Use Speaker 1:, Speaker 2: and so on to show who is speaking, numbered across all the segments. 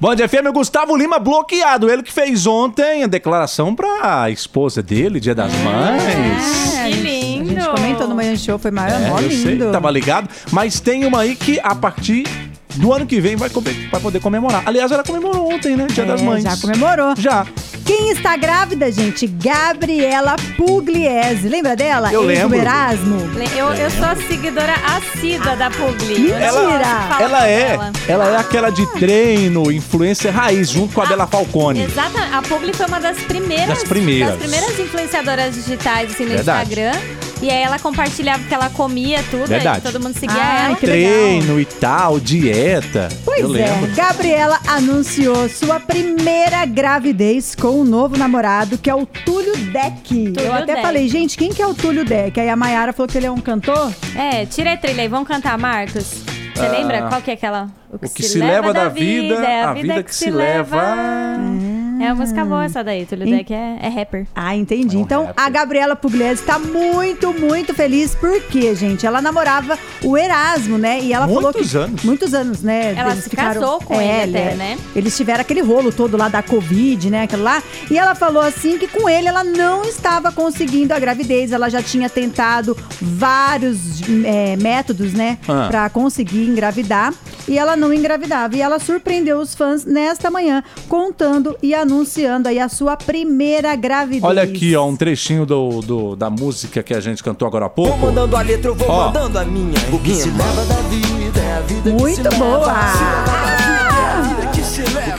Speaker 1: Band FM, o Gustavo Lima bloqueado. Ele que fez ontem a declaração pra esposa dele, Dia das Mães.
Speaker 2: É,
Speaker 3: Que
Speaker 2: a gente- A gente
Speaker 3: lindo.
Speaker 2: comentou no Manhã Show, foi maior,
Speaker 1: É,
Speaker 2: mó
Speaker 1: eu sei,
Speaker 2: lindo.
Speaker 1: tava ligado. Mas tem uma aí que a partir do ano que vem vai, come- vai poder comemorar. Aliás, ela comemorou ontem, né? Dia
Speaker 2: É,
Speaker 1: das Mães.
Speaker 2: Já comemorou.
Speaker 1: Já.
Speaker 2: Quem está grávida, gente? Gabriela Pugliese. Lembra dela?
Speaker 1: Eu
Speaker 2: Ex do
Speaker 1: lembro.
Speaker 2: Erasmo.
Speaker 3: Né? Eu, eu sou a seguidora assídua da Publi.
Speaker 2: Mentira!
Speaker 3: Eu não posso falar
Speaker 1: Ela é,
Speaker 3: dela.
Speaker 1: ela é aquela de treino, influência raiz, junto com a Bela Falcone.
Speaker 2: Ah,
Speaker 3: Exatamente. A Publi foi uma das primeiras,
Speaker 1: Das primeiras.
Speaker 3: das primeiras influenciadoras digitais assim, no
Speaker 1: Verdade.
Speaker 3: Instagram. E aí ela compartilhava o que ela comia, tudo.
Speaker 1: Verdade.
Speaker 3: Aí todo mundo seguia
Speaker 2: Ai,
Speaker 3: ela.
Speaker 2: que
Speaker 1: Treino e tal, dieta.
Speaker 2: Pois
Speaker 1: eu
Speaker 2: é,
Speaker 1: lembro.
Speaker 2: Gabriela anunciou sua primeira gravidez com um novo namorado, que é o Túlio Deck.
Speaker 3: Túlio
Speaker 2: Eu até
Speaker 3: Deck.
Speaker 2: falei, gente, quem que é o Túlio Deck? Aí a Mayara falou que ele é um cantor.
Speaker 3: É, tira a trilha aí. Vamos cantar, Marcos? Você
Speaker 1: Ah.
Speaker 3: lembra qual que é aquela?
Speaker 1: O que se leva da vida,
Speaker 3: é
Speaker 1: a vida que se leva.
Speaker 3: É uma música boa essa daí, Túlio
Speaker 2: Em-
Speaker 3: Deck é, é rapper.
Speaker 2: Ah, entendi.
Speaker 1: É um
Speaker 2: então,
Speaker 1: rapper.
Speaker 2: a Gabriela Pugliese tá muito, muito feliz. porque, gente? Ela namorava o Erasmo, né? E ela falou
Speaker 1: Muitos
Speaker 2: que...
Speaker 1: anos.
Speaker 2: Muitos anos, né?
Speaker 3: Ela se casou com ele
Speaker 2: é,
Speaker 3: até, né?
Speaker 2: Eles tiveram aquele rolo todo lá da Covid, né? Aquilo lá. E ela falou assim que com ele ela não estava conseguindo a gravidez. Ela já tinha tentado vários é, métodos, né?
Speaker 1: Ah.
Speaker 2: Pra conseguir engravidar. E ela não engravidava. E ela surpreendeu os fãs nesta manhã, contando e anunciando aí a sua primeira gravidez.
Speaker 1: Olha aqui, ó, um trechinho do, do- da música que a gente cantou agora há
Speaker 4: Vou
Speaker 1: pouco.
Speaker 4: mandando a letra, eu vou
Speaker 1: Ó.
Speaker 4: mandando a minha. O que se leva da vida é a vida
Speaker 2: Muito boa!
Speaker 4: é que se leva.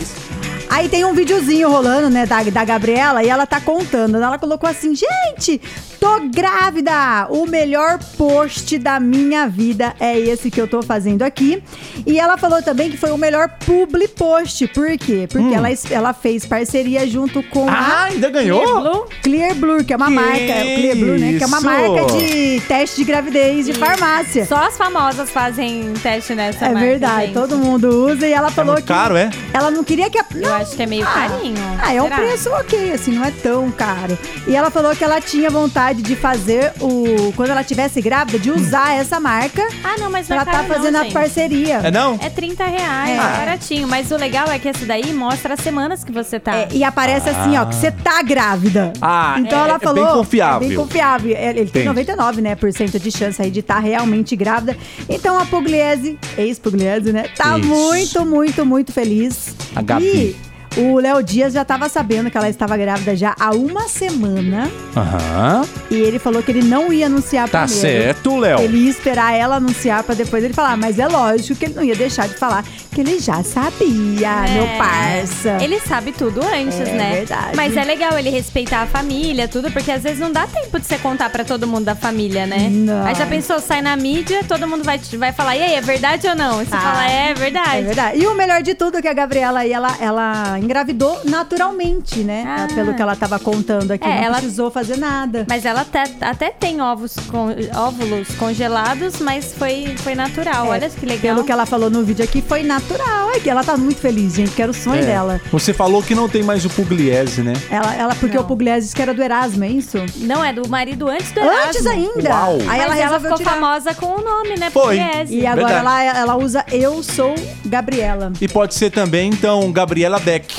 Speaker 2: Aí tem um videozinho rolando, né, da, da Gabriela, e ela tá contando. né? Ela colocou assim: gente, tô grávida! O melhor post da minha vida é esse que eu tô fazendo aqui. E ela falou também que foi o melhor publi post. Por quê? Porque ela, es- ela fez parceria junto com
Speaker 1: Hum. Ah,
Speaker 2: a.
Speaker 1: ainda ganhou?
Speaker 2: Clear um Blue, que é uma
Speaker 1: Que
Speaker 2: marca, Clear Blue, né? Que é uma
Speaker 1: isso!
Speaker 2: marca de teste de gravidez de farmácia.
Speaker 3: Só as famosas fazem teste nessa
Speaker 2: É
Speaker 3: marca,
Speaker 2: verdade,
Speaker 3: gente.
Speaker 2: todo mundo usa e ela falou
Speaker 1: muito
Speaker 2: que
Speaker 1: caro, é?
Speaker 2: ela não queria que a
Speaker 3: Eu acho que é meio carinho.
Speaker 2: Ah, é um
Speaker 3: Será?
Speaker 2: preço ok, assim, não é tão caro. E ela falou que ela tinha vontade de fazer o. Quando ela tivesse grávida, de usar essa marca.
Speaker 3: Ah, não, mas não
Speaker 2: Ela
Speaker 3: é
Speaker 2: tá
Speaker 3: caro não,
Speaker 2: fazendo a
Speaker 3: gente.
Speaker 2: parceria.
Speaker 1: É não?
Speaker 3: É 30 reais,
Speaker 2: É.
Speaker 3: é. baratinho. Mas o legal é que esse daí mostra as semanas que você tá.
Speaker 2: É, e aparece assim, ó, que você tá grávida.
Speaker 1: Ah,
Speaker 2: então
Speaker 1: é-
Speaker 2: ela
Speaker 1: é bem
Speaker 2: falou.
Speaker 1: confiável.
Speaker 2: é bem confiável. Ele- Ele tem
Speaker 1: Entendi.
Speaker 2: 99, né, por cento de chance aí de estar realmente grávida. Então a Pugliese, ex-Pugliese, né, tá
Speaker 1: Isso.
Speaker 2: muito, muito, muito feliz.
Speaker 1: A Gabi.
Speaker 2: E o Léo Dias já tava sabendo que ela estava grávida já há uma semana.
Speaker 1: Aham.
Speaker 2: E ele falou que ele não ia anunciar
Speaker 1: Tá
Speaker 2: primeiro.
Speaker 1: certo, Léo.
Speaker 2: Ele ia esperar ela anunciar pra depois ele falar. Mas é lógico que ele não ia deixar de falar que ele já sabia,
Speaker 3: É.
Speaker 2: meu parça.
Speaker 3: Ele sabe tudo antes,
Speaker 2: É
Speaker 3: né?
Speaker 2: verdade.
Speaker 3: Mas é legal ele respeitar a família, tudo, porque às vezes não dá tempo de você contar pra todo mundo da família, né?
Speaker 2: Não.
Speaker 3: Aí já pensou, sai na mídia, todo mundo vai, te- vai falar, e aí, é verdade ou não? E você
Speaker 2: Ah,
Speaker 3: fala, é verdade.
Speaker 2: É verdade. E o melhor de tudo é que a Gabriela aí, ela, ela engravidou naturalmente, né?
Speaker 3: Ah.
Speaker 2: Pelo que ela tava contando aqui.
Speaker 3: É,
Speaker 2: não
Speaker 3: ela-
Speaker 2: precisou fazer nada.
Speaker 3: Mas ela até, até tem ovos con- óvulos congelados, mas foi, foi natural.
Speaker 2: É,
Speaker 3: Olha que legal.
Speaker 2: Pelo que ela falou no vídeo aqui, foi natural. É que ela tá muito feliz, gente, que era o sonho
Speaker 1: É.
Speaker 2: dela.
Speaker 1: Você falou que não tem mais o Pugliese, né?
Speaker 2: Ela, ela, porque
Speaker 3: Não.
Speaker 2: o Pugliese disse que era do Erasmo, é isso?
Speaker 3: Não, é do marido antes do Erasmo.
Speaker 2: Antes ainda.
Speaker 1: Uau.
Speaker 2: Aí ela
Speaker 3: Mas
Speaker 2: resolveu
Speaker 3: ela ficou
Speaker 2: tirar.
Speaker 3: famosa com o nome, né?
Speaker 1: Foi.
Speaker 3: Pugliese.
Speaker 2: E agora
Speaker 1: Verdade.
Speaker 2: ela, ela usa Eu Sou Gabriela.
Speaker 1: E pode ser também, então, Gabriela Beck.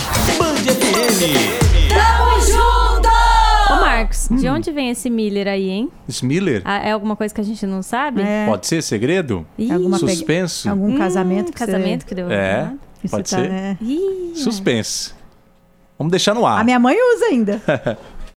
Speaker 3: Ô, Marcos, de onde vem esse Miller aí, hein?
Speaker 1: Smiller?
Speaker 3: Ah, É alguma coisa que a gente não sabe?
Speaker 2: É.
Speaker 1: Pode ser segredo?
Speaker 3: Ih,
Speaker 2: Alguma pega-
Speaker 1: Suspenso?
Speaker 2: Algum
Speaker 3: hum,
Speaker 2: casamento que
Speaker 3: casamento
Speaker 2: você...
Speaker 3: que deu.
Speaker 1: É.
Speaker 3: errado.
Speaker 2: que você
Speaker 1: Pode
Speaker 2: tá,
Speaker 1: ser?
Speaker 2: né?
Speaker 3: Ih,
Speaker 1: Suspense. Vamos deixar no ar.
Speaker 2: A minha mãe usa ainda.